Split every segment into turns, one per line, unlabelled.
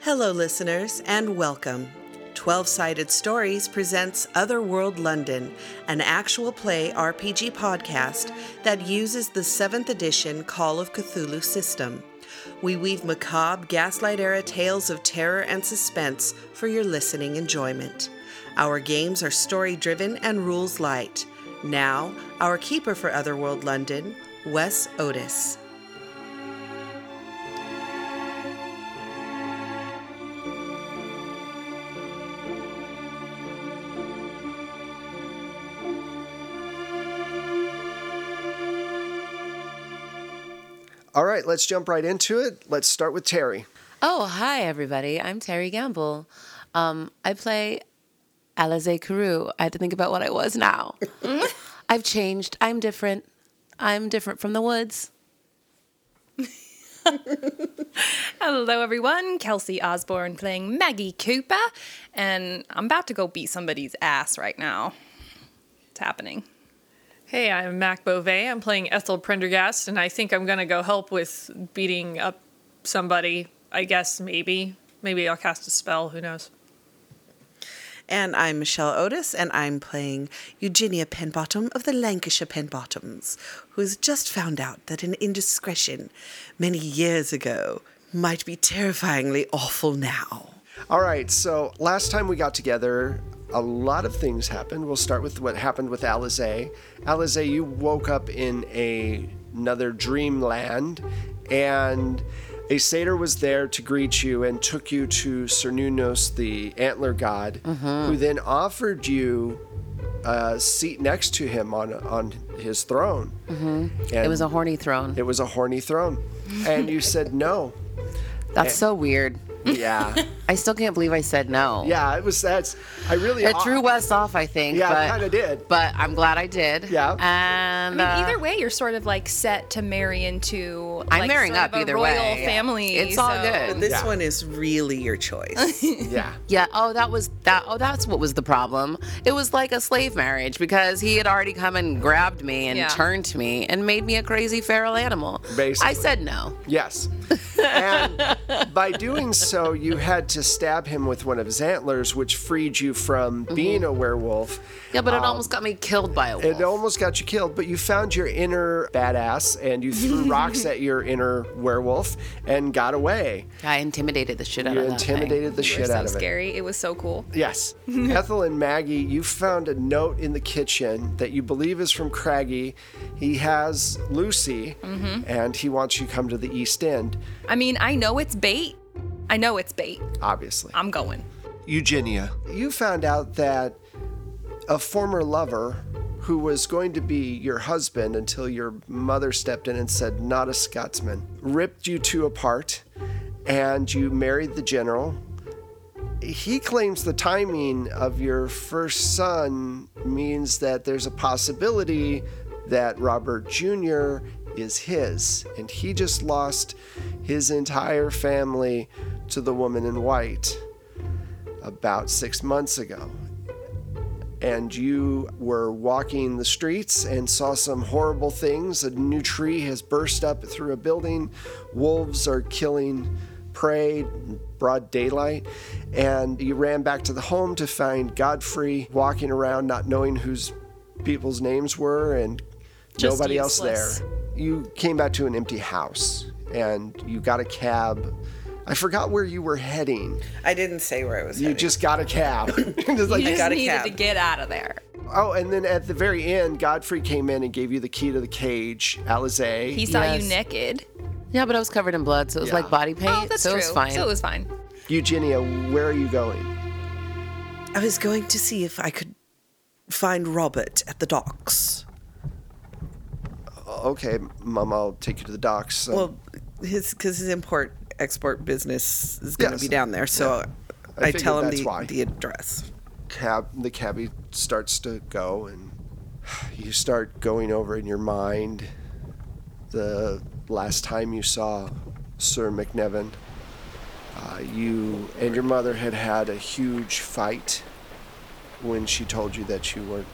Hello, listeners, and welcome. 12 Sided Stories presents Otherworld London, an actual play RPG podcast that uses the 7th edition Call of Cthulhu system. We weave macabre, gaslight era tales of terror and suspense for your listening enjoyment. Our games are story driven and rules light. Now, our keeper for Otherworld London, Wes Otis.
All right, let's jump right into it. Let's start with Terry.
Oh, hi, everybody. I'm Terry Gamble. Um, I play Alize Carew. I had to think about what I was now. I've changed. I'm different. I'm different from the woods.
Hello, everyone. Kelsey Osborne playing Maggie Cooper, and I'm about to go beat somebody's ass right now. It's happening.
Hey, I'm Mac Beauvais. I'm playing Ethel Prendergast, and I think I'm going to go help with beating up somebody. I guess maybe. Maybe I'll cast a spell. Who knows?
And I'm Michelle Otis, and I'm playing Eugenia Penbottom of the Lancashire Penbottoms, who has just found out that an indiscretion many years ago might be terrifyingly awful now.
All right, so last time we got together, a lot of things happened. We'll start with what happened with Alize. Alize, you woke up in a, another dreamland, and a satyr was there to greet you and took you to Cernunnos, the antler god,
Mm-hmm.
who then offered you a seat next to him on on his throne. And
Mm-hmm. It was a horny throne.
it was a horny throne, and you said no.
That's so weird.
Yeah.
I still can't believe I said no.
Yeah, it was that's I really
It threw Wes off, I think.
Yeah, it
but-
kinda did.
But I'm glad I did.
Yeah.
I
And
mean,
uh,
either way, you're sort of like set to marry into.
I'm
like,
marrying
sort
up
of a
either
royal
way.
family.
It's all
so-
good.
This
Yeah.
one is really your choice.
Yeah.
Yeah. Oh, that was that. Oh, that's what was the problem. It was like a slave marriage because he had already come and grabbed me and
Yeah.
turned to me and made me a crazy feral animal.
Basically.
I said no.
Yes. And by doing so, you had to stab him with one of his antlers, which freed you from
Mm-hmm.
being a werewolf.
Yeah, but it almost got me killed by a wolf.
Um, It almost got you killed, but you found your inner badass and you threw rocks at your inner werewolf and got away.
I intimidated the shit out
You
of that thing.
intimidated the
You were
shit
so
out of it.
scary. It. was so cool.
Yes. Ethel and Maggie, you found a note in the kitchen that you believe is from Craggy. He has Lucy, and he wants you to come to the East End,
I mean, I know it's bait. I know it's bait.
obviously.
I'm going.
Eugenia, you found out that a former lover who was going to be your husband until your mother stepped in and said, Not a Scotsman, ripped you two apart, and you married the general. He claims the timing of your first son means that there's a possibility that Robert Jr. is his, and he just lost his entire family to the woman in white about six months ago. And you were walking the streets and saw some horrible things. A new tree has burst up through a building. Wolves are killing prey in broad daylight. And you ran back to the home to find Godfrey walking around, not knowing whose people's names were and
Just
nobody else
useless.
there. You came back to an empty house and you got a cab. I forgot where you were heading.
I didn't say where I was.
You
heading.
just got a cab. Just like-
You just
got a
needed
cab.
to get out of there.
oh, and then at the very end, Godfrey came in and gave you the key to the cage, Alizé.
He saw
Yes.
you naked.
Yeah, but I was covered in blood, so it was
Yeah.
like body paint.
Oh, that's
so
true.
it was fine.
So it was fine.
Eugenia, where are you going?
I was going to see if I could find Robert at the docks.
"Oh, Okay, Mom, I'll take you to the docks. So
Well, his because his import export business is going to
Yes.
be down there, so
I
I, tell him
figured that's
the,
why.
the address.
cab, the cabbie starts to go, and you start going over in your mind the last time you saw Sir McNevin. Uh, you and your mother had had a huge fight when she told you that you weren't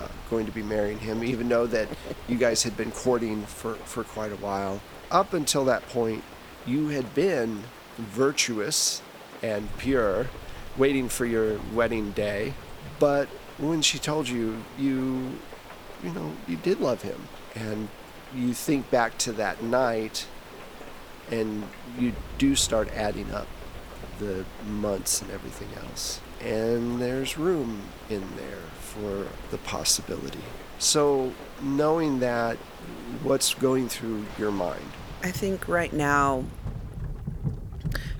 uh, going to be marrying him, even though that you guys had been courting for, for quite a while. Up until that point, you had been virtuous and pure, waiting for your wedding day. But when she told you, you, you know, you did love him, and you think back to that night, and you do start adding up the months and everything else. And there's room in there for the possibility. So, knowing that, what's going through your mind?
I think right now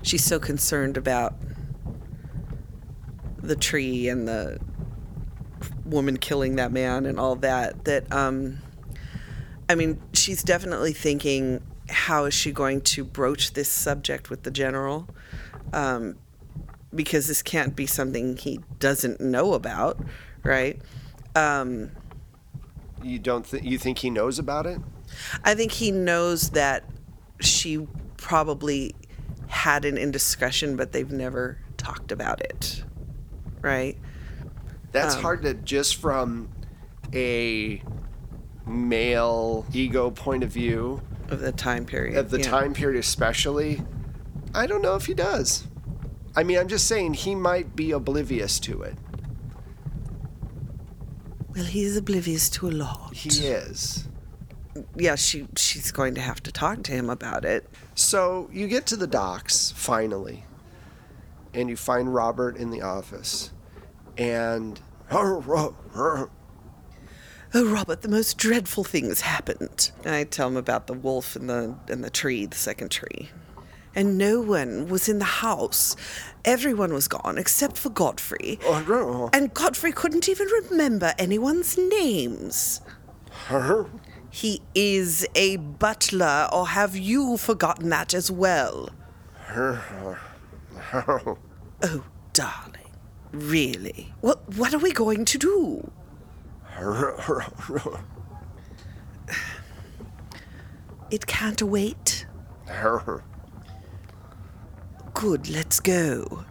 she's so concerned about the tree and the woman killing that man and all that that um I mean she's definitely thinking how is she going to broach this subject with the general um because this can't be something he doesn't know about right um
You don't th- you think he knows about it?
I think he knows that she probably had an indiscretion, but they've never talked about it. Right?
That's hard to just from a male ego point of view
Of the time period.
of the
yeah.
time period especially. I don't know if he does. I mean, I'm just saying he might be oblivious to it.
Well, he's oblivious to a lot.
He is.
Yeah, she she's going to have to talk to him about it.
So you get to the docks finally, and you find Robert in the office, and
Oh, Robert, the most dreadful things happened. And I tell him about the wolf and the and the tree, the second tree. And no one was in the house. Everyone was gone except for Godfrey. And Godfrey couldn't even remember anyone's names. He is a butler, or have you forgotten that as well? Oh, darling. Really? What, what are we going to do? It can't wait. Good, let's go.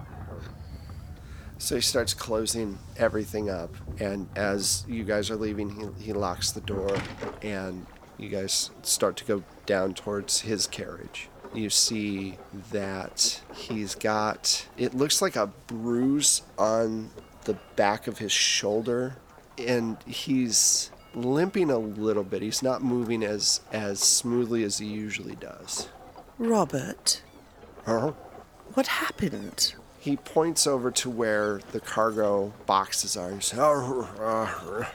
So he starts closing everything up, and as you guys are leaving, he, he locks the door, and you guys start to go down towards his carriage. You see that he's got it looks like a bruise on the back of his shoulder, and he's limping a little bit. He's not moving as as smoothly as he usually does.
Robert,
Huh?
what happened?
He points over to where the cargo boxes are and, says, "Arr, arr,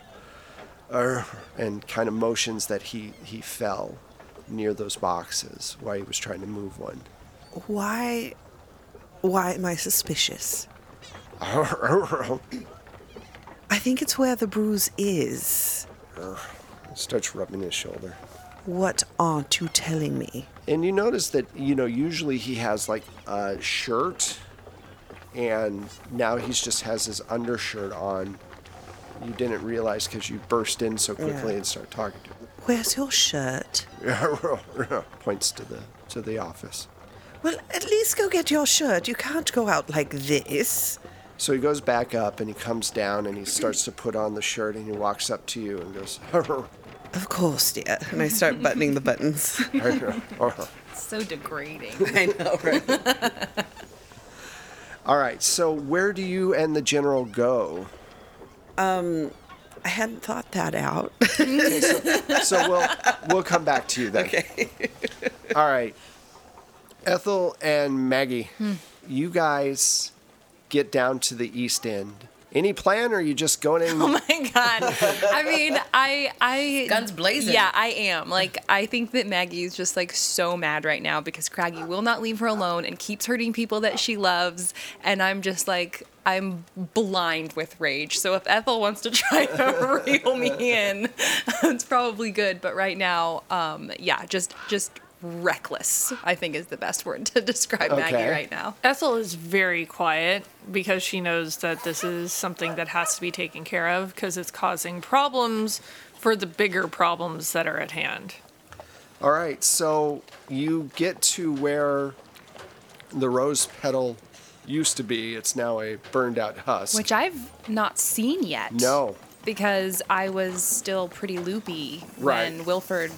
arr," and kind of motions that he, he fell near those boxes while he was trying to move one.
Why. Why am I suspicious? I think it's where the bruise is.
Starts rubbing his shoulder.
What aren't you telling me?
And you notice that, you know, usually he has like a shirt and now he's just has his undershirt on. You didn't realize because you burst in so quickly
Yeah.
and start talking to him.
Where's your shirt?
points to the to the office.
Well, at least go get your shirt. You can't go out like this.
So he goes back up and he comes down and he starts to put on the shirt and he walks up to you and goes,
Of course, dear. And I start buttoning the buttons.
So degrading.
I know, right?
All right, so where do you and the general go?
I hadn't thought that out.
So we'll we'll come back to you then. Okay. All right. Ethel and Maggie,
Hmm.
you guys get down to the East End. Any plan or are you just going in?
Oh my god. I mean, I I
Guns blazing.
Yeah, I am. Like I think that Maggie is just like so mad right now because Craggy will not leave her alone and keeps hurting people that she loves and I'm just like I'm blind with rage. So if Ethel wants to try to reel me in, it's probably good, but right now um yeah, just just reckless I think is the best word to describe
Okay.
Maggie right now.
Ethel is very quiet because she knows that this is something that has to be taken care of because it's causing problems for the bigger problems that are at hand.
All right, so you get to where the rose petal used to be. It's now a burned out husk.
Which I've not seen yet.
No.
Because I was still pretty loopy
Right.
when Wilford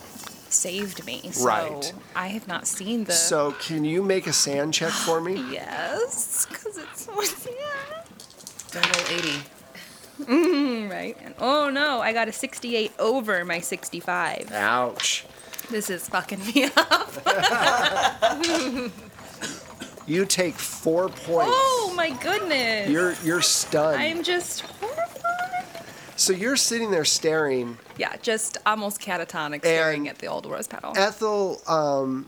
saved me. So
Right.
I have not seen the.
So can you make a sand check for me?
Yes, because it's yeah.
Double 80.
Right. And oh no, I got a 68 over my 65.
Ouch.
This is fucking me up.
You take four points.
Oh my goodness.
You're you're stunned.
I'm just horrified.
So you're sitting there staring.
Yeah, just almost catatonic staring at the old rose petal.
Ethel, um,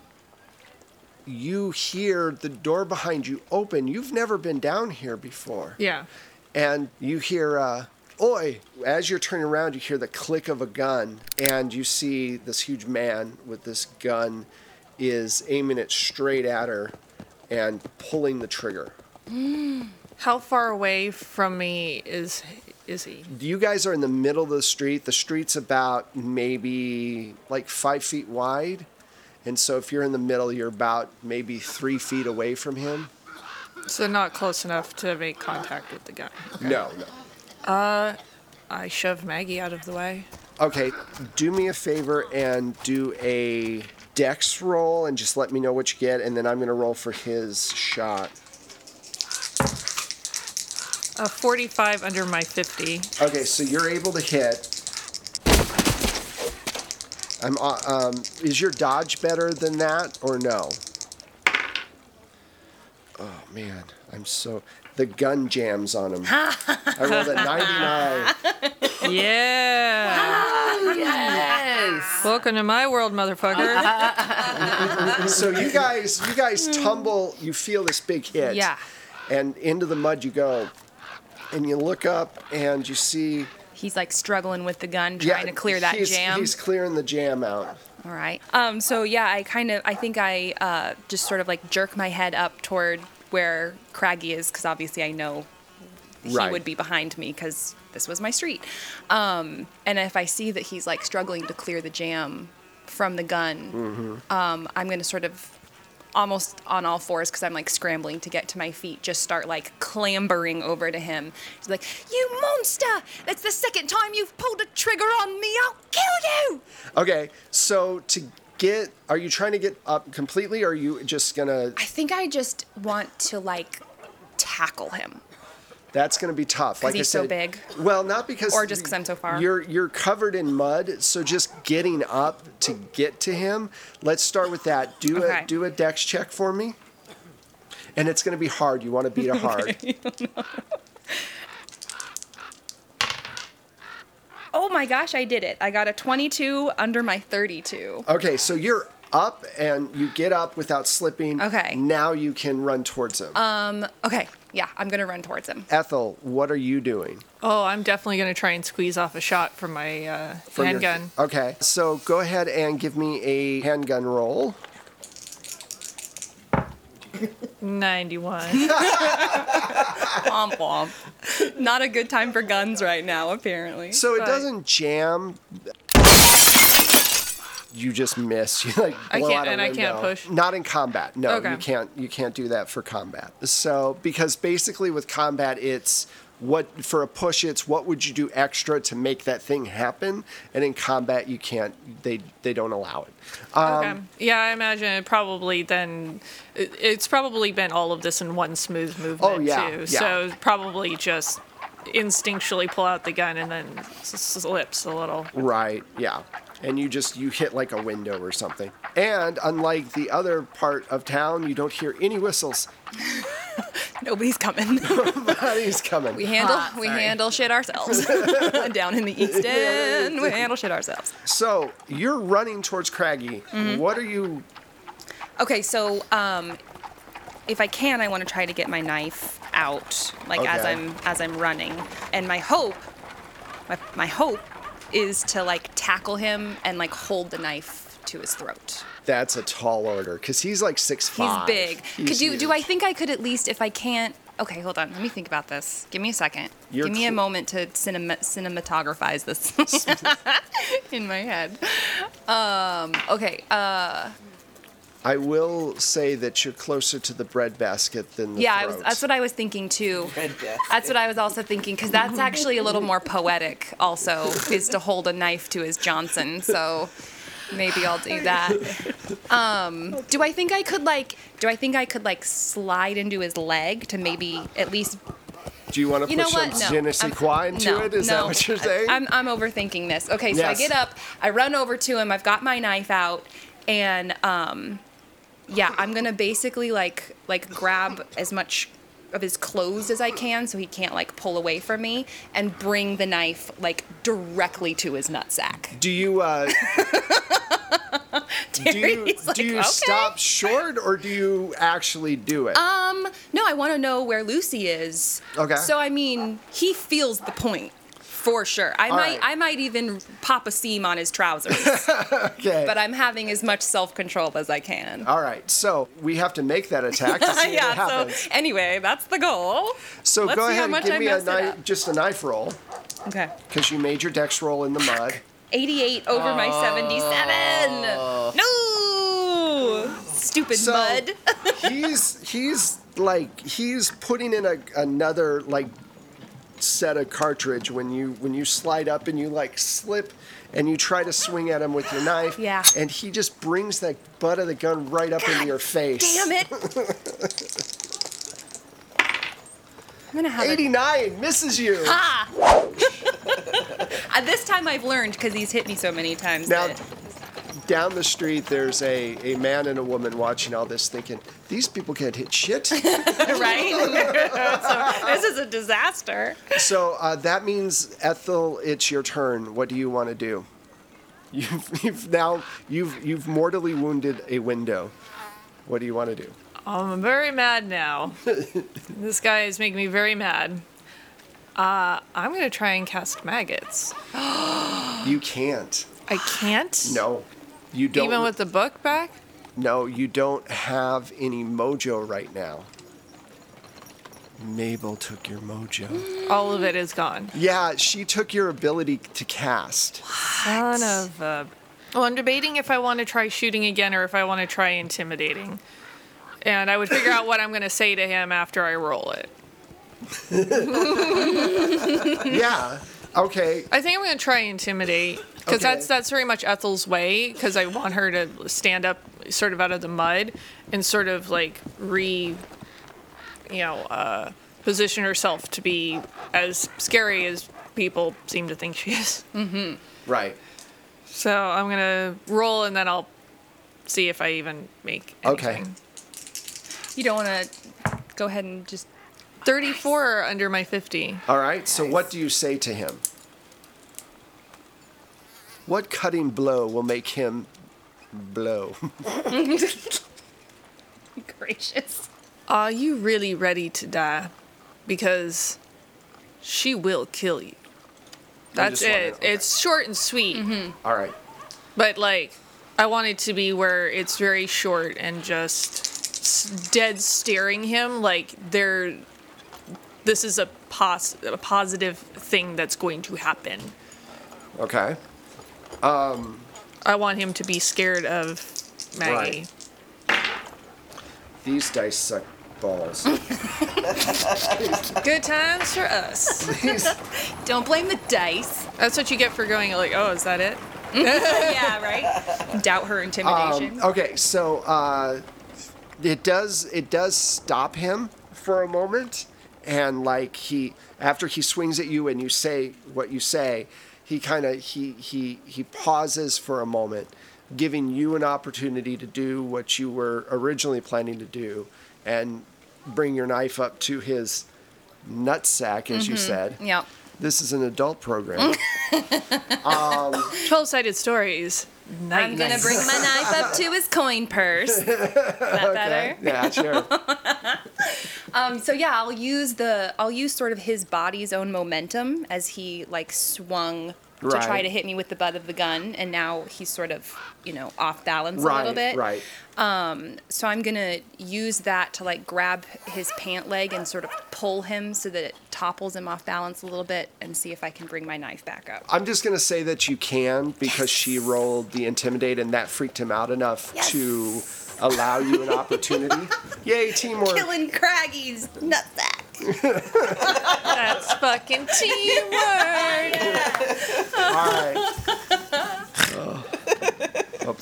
you hear the door behind you open. You've never been down here before.
Yeah.
and you hear uh, oi as you're turning around you hear the click of a gun and you see this huge man with this gun is aiming it straight at her and pulling the trigger
How far away from me is is he?
you guys are in the middle of the street the street's about maybe like five feet wide and so if you're in the middle you're about maybe three feet away from him
So not close enough to make contact with the gun.
no no
I shove Maggie out of the way.
Okay, do me a favor and do a dex roll and just let me know what you get, and then I'm going to roll for his shot.
A 45 under my 50.
Okay, so you're able to hit. I'm, uh, um, is your dodge better than that or no? Oh man, I'm so. The gun jams on him. I rolled a 99.
Yeah.
Yes.
Welcome to my world, motherfucker.
so you guys you guys
Hmm.
tumble you feel this big hit
Yeah.
and into the mud you go and you look up and you see
He's like struggling with the gun,
yeah,
trying to clear that
he's,
jam.
he's clearing the jam out
All right. Um, so yeah, I kind of I think I uh, just sort of like jerk my head up toward where Craggy is because obviously I know he
Right.
would be behind me because this was my street. Um, and if I see that he's like struggling to clear the jam from the gun, um, I'm gonna sort of almost on all fours because I'm like scrambling to get to my feet, just start like clambering over to him. He's like, "You monster! That's the second time you've pulled a trigger on me. I'll kill you!"
okay so to get are you trying to get up completely or are you just gonna
I think I just want to like tackle him.
that's gonna be tough like
he's
i
so
said
big?
well not because
Or just 'cause I'm so far?
you're you're covered in mud so just getting up to get to him let's start with that do
Okay.
a do a dex check for me and it's gonna be hard you want to beat a hard
Oh my gosh, I did it. I got a 22 under my 32.
Okay, so you're up and you get up without slipping.
Okay. Um,
Now you can run towards him.
Okay, yeah, I'm gonna run towards him.
Ethel, what are you doing?
Oh, I'm definitely going to try and squeeze off a shot from my uh,
for your-
handgun.
okay, so go ahead and give me a handgun roll. Um,
91.
Womp womp. Not a good time for guns right now, apparently.
So it
Right.
doesn't jam. You just miss. You like
I
blow
can't-
out a
and I can't
window.
push.
Not in combat. No,
Okay.
you can't. You can't do that for combat. So because basically with combat, it's what for a push. It's what would you do extra to make that thing happen? And in combat, you can't. They they don't allow it.
okay. Um, Yeah, I imagine it probably then. it- It's probably been all of this in one smooth movement,
Oh, yeah,
too.
yeah.
So probably just instinctually pull out the gun and then s- slips a little.
Right. Yeah. And you just you hit like a window or something. And unlike the other part of town, you don't hear any whistles.
Nobody's coming.
Nobody's coming.
we handle we handle shit ourselves. Down in the East End, we handle shit ourselves.
So you're running towards Craggy.
Mm-hmm.
What are you?
Okay, so um, if I can, I want to try to get my knife out, like as
Okay.
I'm as I'm running, and my hope, my, my hope, is to like tackle him and like hold the knife to his throat.
That's a tall order because he's like six
He's
five.
big. could you do I think I could at least if I can't? Okay, hold on. Let me think about this. Give me a 2nd
You're
Give me a
cl-
moment to cinema- cinematographize this in my head. Um, okay. Uh,
I will say that you're closer to the breadbasket than the
yeah, I was,
throat.
that's what I was thinking too.
Death.
That's what I was also thinking because that's actually a little more poetic. Also, is to hold a knife to his Johnson. So, Maybe I'll do that. Um, do I think I could like? Do I think I could like slide into his leg to maybe at least?
Do you want to
You
put
know
some
what? No.
je ne sais
I'm-
quoi into
no,
it? Is that
no.
what you're saying?
I, am I'm overthinking this. Okay, so
Yes.
I get up, I run over to him, I've got my knife out, and um, yeah, I'm gonna basically like like grab as much of his clothes as I can so he can't like pull away from me and bring the knife like directly to his nutsack.
do you uh, do you,
Terry's like,
do you
"Okay."
stop short or do you actually do it?
Um, no, I want to know where Lucy is.
Okay.
So I mean, he feels the point for sure. I
All
might,
right.
I might even pop a seam on his trousers,
okay.
but I'm having as much self control as I can.
All right. So we have to make that attack to see if it
yeah.
happens.
So anyway, that's the goal.
So,
let's
go
see how
ahead and
much
give
I
me a
messed it
knife,
up.
just a knife roll
Okay.
because you made your dex roll in the mud.
88 over my
Oh.
77. No. Stupid
So
mud.
he's he's like he's putting in a, another like set of cartridge when you when you slide up and you like slip and you try to swing at him with your knife.
Yeah.
And he just brings that butt of the gun right up into your face.
Damn it. I'm gonna have a
89 misses you.
Ah! Uh, this time I've learned because he's hit me so many times.
Now,
that-
down the street, there's a, a man and a woman watching all this, thinking these people can't hit shit.
right? So this is a disaster.
So uh, that means Ethel, it's your turn. What do you want to do? You've, you've now you've you've mortally wounded a window. What do you want to do?
I'm very mad now. this guy is making me very mad. Uh, I'm gonna try and cast maggots.
You can't.
I can't.
No, you don't.
Even with the book back.
no, you don't have any mojo right now. Mabel took your mojo.
All of it is gone.
yeah, she took your ability to cast.
Son of a. Well, I'm debating if I want to try shooting again or if I want to try intimidating. And I would figure out what I'm going to say to him after I roll it.
yeah. Okay.
I think I'm going to try intimidate because
Okay.
that's that's very much Ethel's way because I want her to stand up sort of out of the mud and sort of like re you know uh position herself to be as scary as people seem to think she is.
Right.
So I'm going to roll and then I'll see if I even make
Okay.
anything.
You don't want to go ahead and just.
34 under my 50.
All right. So what do you say to him? What cutting blow will make him blow?
Gracious.
Are you really ready to die? Because she will kill you. That's
just wanna-
it.
okay.
It's short and sweet,
All right.
but like I want it to be where it's very short and just s- dead staring him like there this is a pos- a positive thing that's going to happen.
Okay.
I want him to be scared of Maggie.
Right. These dice suck balls.
Good times for us.
Don't blame the dice.
That's what you get for going like, "Oh, is that it?"
yeah, right? Doubt her intimidation.
okay. So uh, it does it does stop him for a moment, and like he after he swings at you and you say what you say, he kind of he he he pauses for a moment, giving you an opportunity to do what you were originally planning to do, and bring your knife up to his nutsack, as
Mm-hmm.
you said.
Yep.
This is an adult program.
12-sided stories. Nice.
I'm going to bring my knife up to his coin purse. Is that better?
yeah, sure.
Um, so yeah, I'll use the I'll use sort of his body's own momentum as he like swung to try
Right.
to hit me with the butt of the gun, and now he's sort of you know off balance a little
right,
bit.
right.
So I'm gonna use that to like grab his pant leg and sort of pull him so that it topples him off balance a little bit, and see if I can bring my knife back up.
I'm just gonna say that you can because she rolled the intimidate and that freaked him out enough
Yes.
to allow you an opportunity. Yay, teamwork!
Killing Craggy's nutsack.
That's fucking teamwork.
All right. Oh.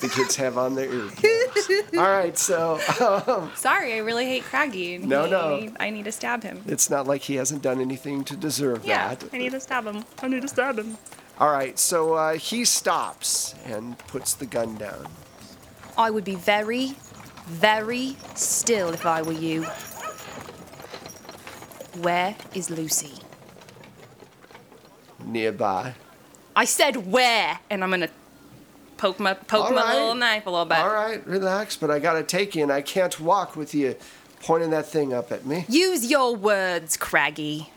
the kids have on their earplugs. All right, so uh,
Sorry, I really hate Craggy. and
No,
he-
no.
I need to stab him.
it's not like he hasn't done anything to deserve
Yeah,
that.
I need to stab him. I need to stab him.
All right, so uh, he stops and puts the gun down.
I would be very, very still if I were you. Where is Lucy?
Nearby.
I said where, and I'm gonna poke my poke
All
my
right.
little knife a little bit.
All right, relax, but I gotta take you, and I can't walk with you pointing that thing up at me.
Use your words, Craggy.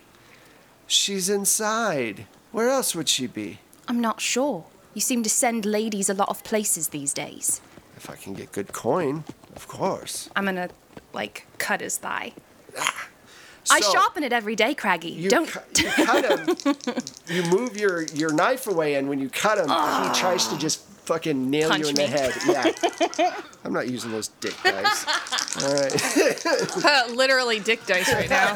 She's inside. Where else would she be?
I'm not sure. You seem to send ladies a lot of places these days.
If I can get good coin, of course.
I'm gonna like cut his thigh. I
So,
sharpen it every day, Craggy.
You
Don't.
Cu- you cut him. you move your, your knife away, and when you cut him, he tries to just fucking nail
Ah. Punch
you in
me.
the head. Yeah. I'm not using those dick dice. All right.
Literally dick dice right now.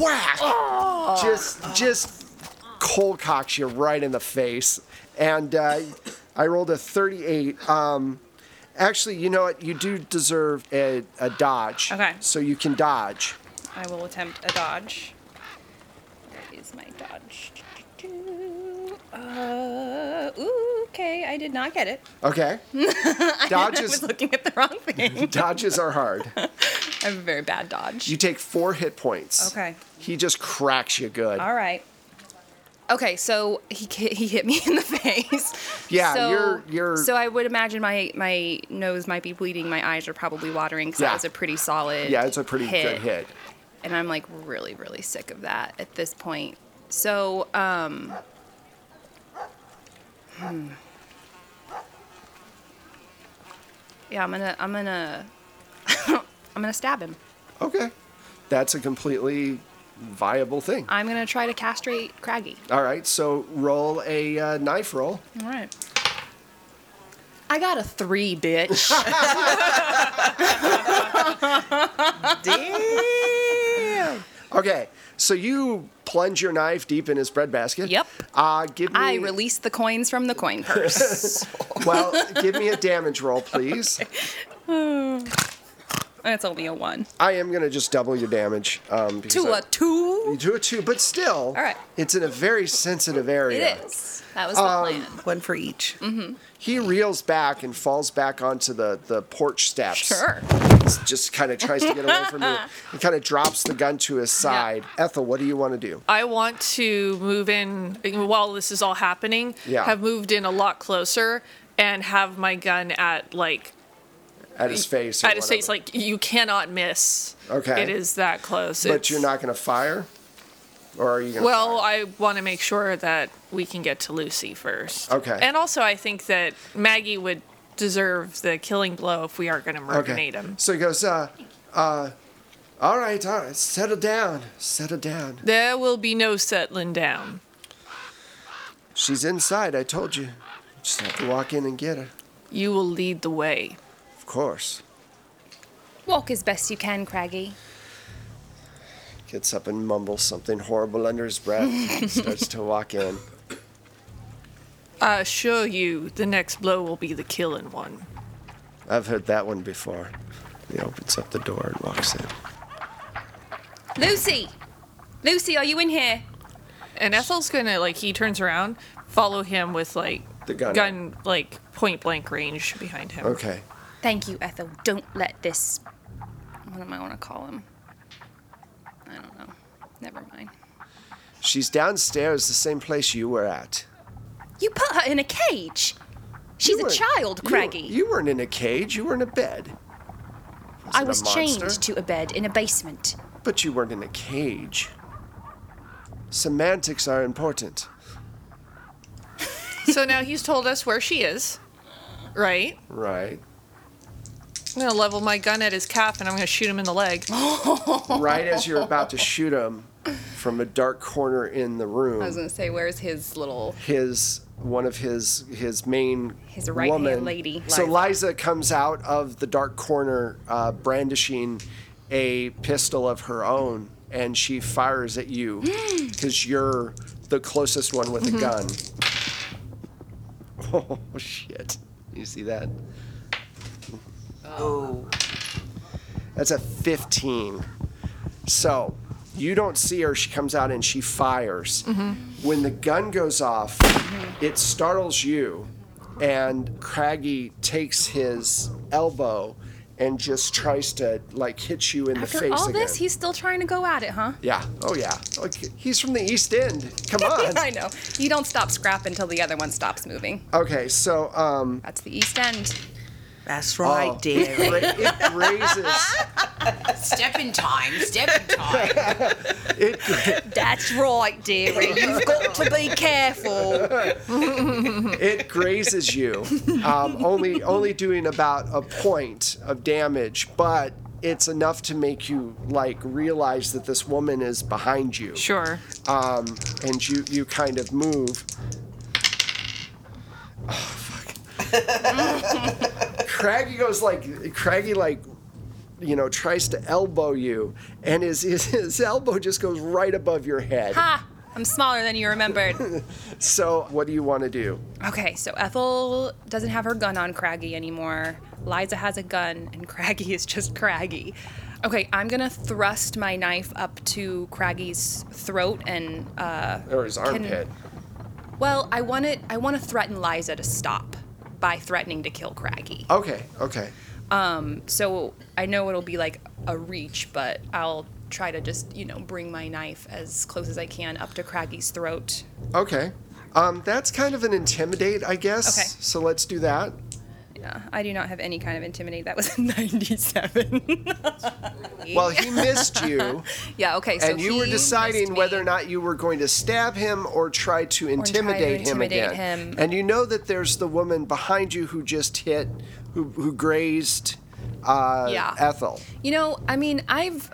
whack
Ah.
just just cold cocks you right in the face and uh, i rolled a 38 um actually you know what you do deserve a, a dodge
Okay.
so you can dodge
I will attempt a dodge. Where is my dodge? Uh, ooh, okay, I did not get it.
okay
I was
dodges
looking at the wrong thing.
dodges are hard
I have a very bad dodge.
you take four hit points
Okay.
he just cracks you good
All right. Okay, so he ki- he hit me in the face.
Yeah,
so,
you're- you're-
So I would imagine my my nose might be bleeding, my eyes are probably watering because
Yeah.
that was a pretty solid.
yeah it's a pretty good hit
and I'm like really, really sick of that at this point. So, um, hmm. yeah, I'm gonna, I'm gonna, I'm gonna stab him.
okay that's a completely viable thing
I'm gonna try to castrate Craggy.
all right so roll a uh, knife roll
All right. I got a three, bitch.
Okay, so you plunge your knife deep in his breadbasket.
Yep.
Uh, give me.
I released the coins from the coin purse.
Well, give me a damage roll, please.
That's only a one.
I am gonna just double your damage. Um, because
To
I-
a two.
You do a two, but still. All
right.
It's in a very sensitive area.
It is. That was the plan.
One for each.
He reels back and falls back onto the the porch steps.
Sure.
Just kind of tries to get away from you. He kind of drops the gun to his side. Ethel, what do you want to do?
I want to move in while this is all happening.
Yeah.
Have moved in a lot closer and have my gun at like
At his face. or
at his face.
whatever.
Like you cannot miss.
Okay.
It is that close.
But
It's-
you're not gonna fire. Or are you gonna?
Well,
fire?
I want to make sure that we can get to Lucy first.
Okay.
And also, I think that Maggie would deserve the killing blow if we are going to murder him.
So he goes, uh, uh, all right, all right, settle down, settle down.
There will be no settling down.
She's inside, I told you. Just have to walk in and get her.
You will lead the way.
Of course.
Walk as best you can, Craggy.
Gets up and mumbles something horrible under his breath, starts to walk in.
I assure you, the next blow will be the killing one.
I've heard that one before. He opens up the door and walks in.
Lucy, Lucy, are you in here?
And Ethel's going to, like, he turns around, follow him with, like,
The gun.
gun like, point blank range behind him.
Okay.
Thank you, Ethel. Don't let this. What am I want to call him? I don't know. Never mind.
She's downstairs, the same place you were at.
You put her in a cage. She's
You
a
were-
child,
you-
Craggy.
You, weren't in a cage, you were in a bed.
I
it a
was
monster?
chained to a bed in a basement.
But you weren't in a cage. Semantics are important.
so now he's told us where she is, right?
Right.
I'm going to level my gun at his calf and I'm going to shoot him in the leg.
Right as you're about to shoot him from a dark corner in the
I was
room,
gonna say, where's his little?
his one of his his main
His right-hand
woman-
lady,
So
Liza.
Liza comes out of the dark corner, uh, brandishing a pistol of her own, and she fires at you
Mm-hmm.
because you're the closest one with a gun. Oh shit! You see that?
Oh.
That's a 15. So you don't see her. She comes out and she fires.
Mm-hmm.
When the gun goes off, it startles you, and Craggy takes his elbow and just tries to like hit you in the
After
face
all
again.
this, he's still trying to go at it, huh?
yeah. Oh yeah. Like he's from the East End. Come
I
on.
know. You don't stop scrap until the other one stops moving.
okay. So um,
That's the East End.
That's right,
Oh.
dear.
ra- it raises.
Step in time. Step in time.
That's right, dearie. You've got to be careful.
it grazes you, um, only only doing about a point of damage, but it's enough to make you like realize that this woman is behind you,
Sure.
um, and you you kind of move. Oh, fuck. Craggy goes like Craggy like. You know, tries to elbow you, and his, his his elbow just goes right above your head.
Ah, I'm smaller than you remembered.
So, what do you want to do?
Okay, so Ethel doesn't have her gun on Craggy anymore. Liza has a gun, and Craggy is just Craggy. Okay, I'm gonna thrust my knife up to Craggy's throat and uh,
Or his armpit?
well, I want to I want to threaten Liza to stop by threatening to kill Craggy.
Okay, okay.
Um, so I know it'll be like a reach, but I'll try to just you know bring my knife as close as I can up to Craggy's throat.
Okay. Um, that's kind of an intimidate, I guess.
Okay.
So let's do that.
Yeah, I do not have any kind of intimidate. That was a 97.
Well, he missed you,
yeah, okay. So
and you were
he
deciding
missed
whether
me.
or not you were going to stab him or try to intimidate,
intimidate
him again.
him.
And you know that there's the woman behind you who just hit, who, who grazed uh,
Yeah.
Ethel.
You know, I mean, I've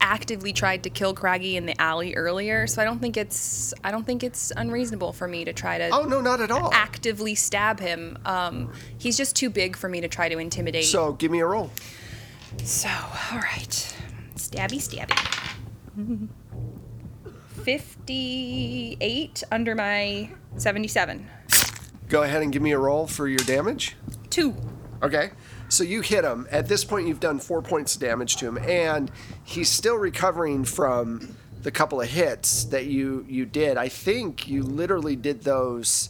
actively tried to kill Craggy in the alley earlier, so I don't think it's I don't think it's unreasonable for me to try to
Oh, no, not at all.
actively stab him. Um, he's just too big for me to try to intimidate.
So give me a roll.
So, all right. Stabby, stabby. 58 under my 77.
Go ahead and give me a roll for your damage.
Two.
Okay. So you hit him. At this point, you've done four points of damage to him, and he's still recovering from the couple of hits that you you did. I think you literally did those.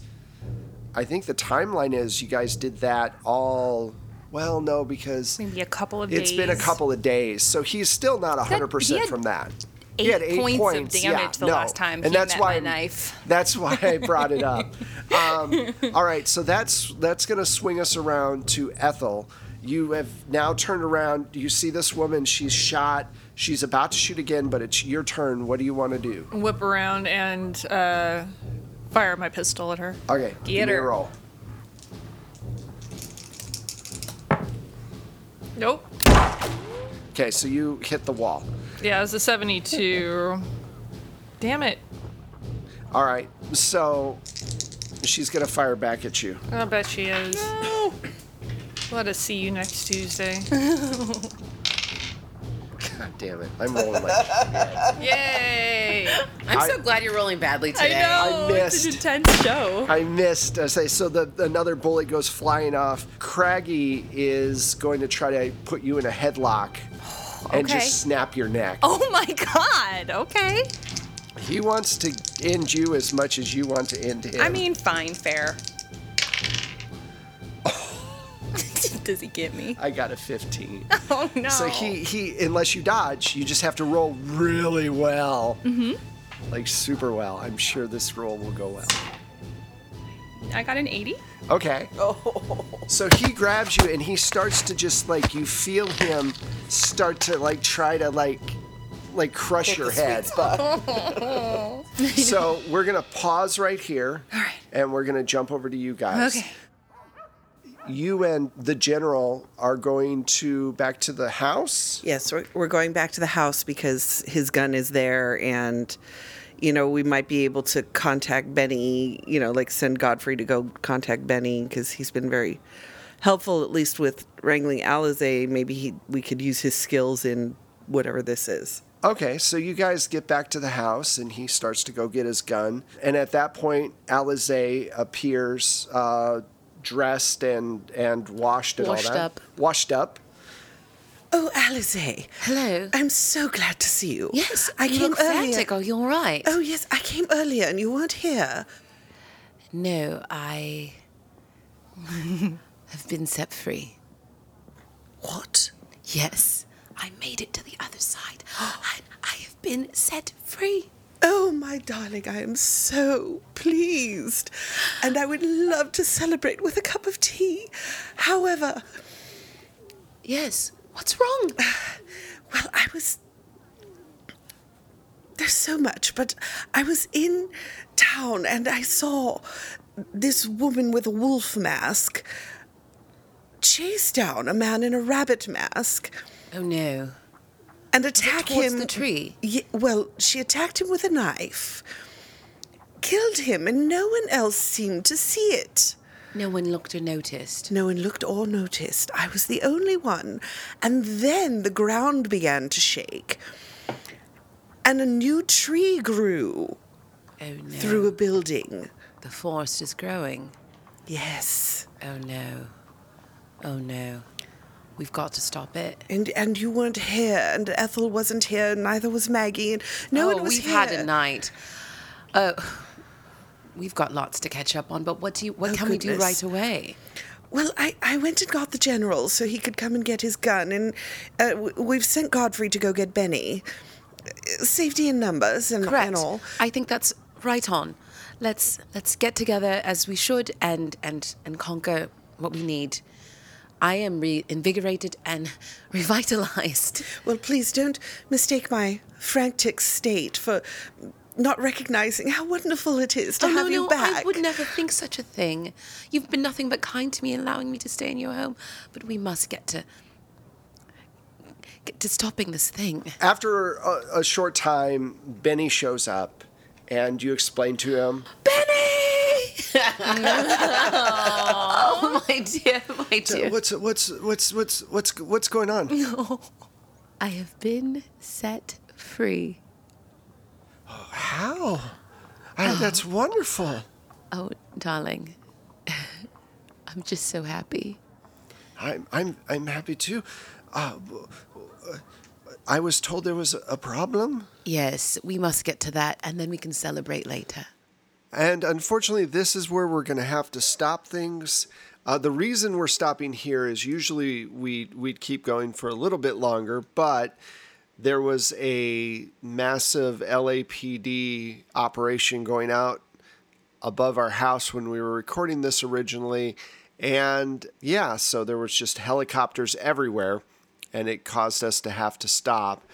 I think the timeline is you guys did that all. Well, no, because
Maybe a couple of
it's been a
days.
couple of days, so he's still not hundred
he
percent
had
from that.
eight points of damage the last time he met my
I'm-
knife.
That's why I brought it up. Um, all right, so that's that's gonna swing us around to Ethel. You have now turned around. You see this woman. She's shot. She's about to shoot again, but it's your turn. What do you want to do?
Whip around and uh, fire my pistol at her.
Okay, give me a
her.
roll.
Nope.
Okay, so you hit the wall.
Yeah, it's a 72. Damn it.
All right, so she's gonna fire back at you.
I bet she is. Let us see you next Tuesday.
God damn it! I'm rolling like
Yay!
I'm
I-
so glad you're rolling badly today.
I missed.
intense show.
I missed. I say so. The another bullet goes flying off. Craggy is going to try to put you in a headlock and
Okay.
just snap your neck.
Oh my god. Okay.
He wants to end you as much as you want to end him.
I mean, fine, fair. Does he get me?
I got a 15.
Oh no.
So he he unless you dodge, you just have to roll really well. Mm-hmm. Like super well. I'm sure this roll will go well.
I got an 80.
Okay. So he grabs you and he starts to just like you feel him start to like try to like like crush your head. so we're gonna pause right here. And we're gonna jump over to you guys.
Okay.
You and the general are going to back to the house.
Yes, we're, we're going back to the house because his gun is there, and you know we might be able to contact Benny. You know, like send Godfrey to go contact Benny because he's been very helpful, at least with wrangling Alize. Maybe he we could use his skills in whatever this is.
Okay, so you guys get back to the house, and he starts to go get his gun. And at that point, Alize appears, uh, dressed and and washed and
Washed
all that.
up.
Washed up.
Oh, Alize.
Hello.
I'm so glad to see you.
Yes,
I
you
came
look
earlier.
frantic. Are you all right?
Oh, yes, I came earlier and you weren't here.
No, I have been set free.
What?
Yes, I made it to the other side. I, I have been set free.
Oh, my darling, I am so pleased. And I would love to celebrate with a cup of tea. However,
Yes. What's wrong?
well, I was. There's so much, but I was in town and I saw this woman with a wolf mask chase down a man in a rabbit mask.
Oh no.
and attack
towards
him.
the tree?
Ye- well, she attacked him with a knife, killed him, and no one else seemed to see it.
No one looked or noticed.
No one looked or noticed. I was the only one. And then the ground began to shake, and a new tree grew
Oh no.
through a building.
the forest is growing.
Yes.
Oh no. Oh no. We've got to stop it.
And and you weren't here, and Ethel wasn't here, and neither was Maggie, and no
oh,
one was
we've
here.
had a night. Oh, we've got lots to catch up on. But what do you? What
Oh,
can we do
goodness.
right away?
Well, I, I went and got the general so he could come and get his gun, and uh, w- we've sent Godfrey to go get Benny. Uh, Safety in numbers and,
Correct.
and all.
I think that's right on. Let's let's get together as we should and and and conquer what we need. I am reinvigorated and revitalized.
Well, please don't mistake my frantic state for not recognizing how wonderful it is to
oh
have
no,
you
no,
back.
I would never think such a thing. You've been nothing but kind to me and allowing me to stay in your home. But we must get to get to stopping this thing.
After a, a short time, Benny shows up, and you explain to him.
Benny! oh my dear, my dear.
What's what's what's what's what's what's going on?
I have been set free.
How? I, that's wonderful.
Oh, darling. I'm just so happy.
I'm I'm I'm happy too. Uh, w- w- I was told there was a problem,
Yes, we must get to that and then we can celebrate later.
and unfortunately, this is where we're going to have to stop things. Uh, the reason we're stopping here is usually we we'd keep going for a little bit longer, but there was a massive LAPD operation going out above our house when we were recording this originally. And yeah, so there was just helicopters everywhere, and it caused us to have to stop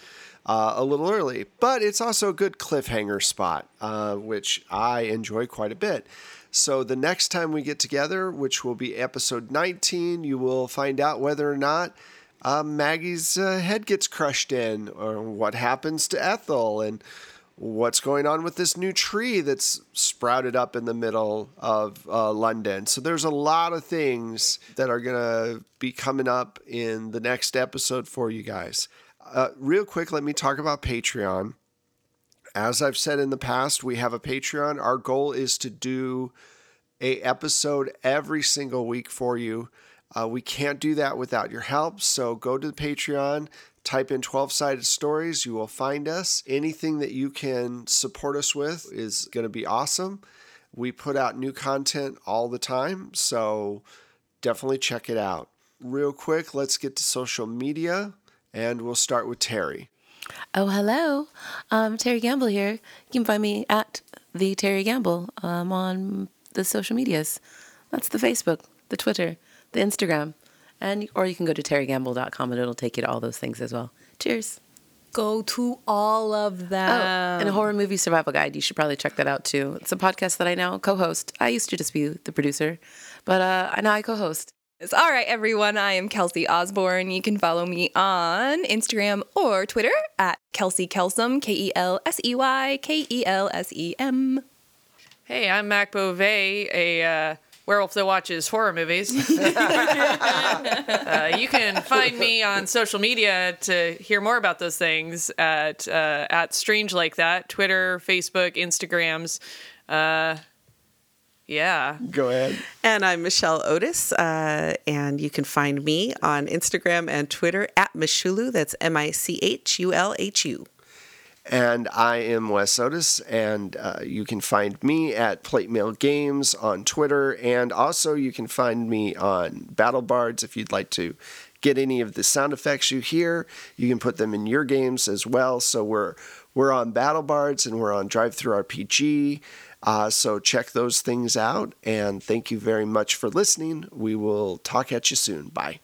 uh, a little early. But it's also a good cliffhanger spot, uh, which I enjoy quite a bit. So the next time we get together, which will be episode 19, you will find out whether or not uh, Maggie's uh, head gets crushed in, or what happens to Ethel, and what's going on with this new tree that's sprouted up in the middle of uh, London. So there's a lot of things that are going to be coming up in the next episode for you guys. Uh, real quick, let me talk about Patreon. As I've said in the past, we have a Patreon. Our goal is to do a episode every single week for you. Uh, we can't do that without your help. So go to the Patreon, type in 12 sided stories, you will find us. Anything that you can support us with is going to be awesome. We put out new content all the time. So definitely check it out. Real quick, let's get to social media and we'll start with Terry.
Oh, hello. Um, Terry Gamble here. You can find me at the Terry Gamble um, on the social medias. That's the Facebook, the Twitter, the Instagram, and or you can go to terrygamble.com and it'll take you to all those things as well. Cheers.
Go to all of them.
oh, and a horror movie survival guide. You should probably check that out too. It's a podcast that I now co-host. I used to just be the producer, but uh, now I co-host.
All right, everyone. I am Kelsey Osborne. You can follow me on Instagram or Twitter at Kelsey Kelsum, K E L S E Y K E L S E M.
Hey, I'm Mac Beauvais, a uh, Werewolf That Watches Horror Movies. uh, you can find me on social media to hear more about those things at uh, at Strange Like That, Twitter, Facebook, Instagrams. Uh, yeah.
Go ahead.
And I'm Michelle Otis, uh, and you can find me on Instagram and Twitter at Michulu. That's M I C H U L H U.
And I am Wes Otis, and uh, you can find me at Plate Mail Games on Twitter, and also you can find me on Battle Bards if you'd like to get any of the sound effects you hear. You can put them in your games as well. So we're we're on Battle Bards and we're on Drive Through RPG. Uh, so check those things out, and thank you very much for listening. We will talk at you soon. Bye.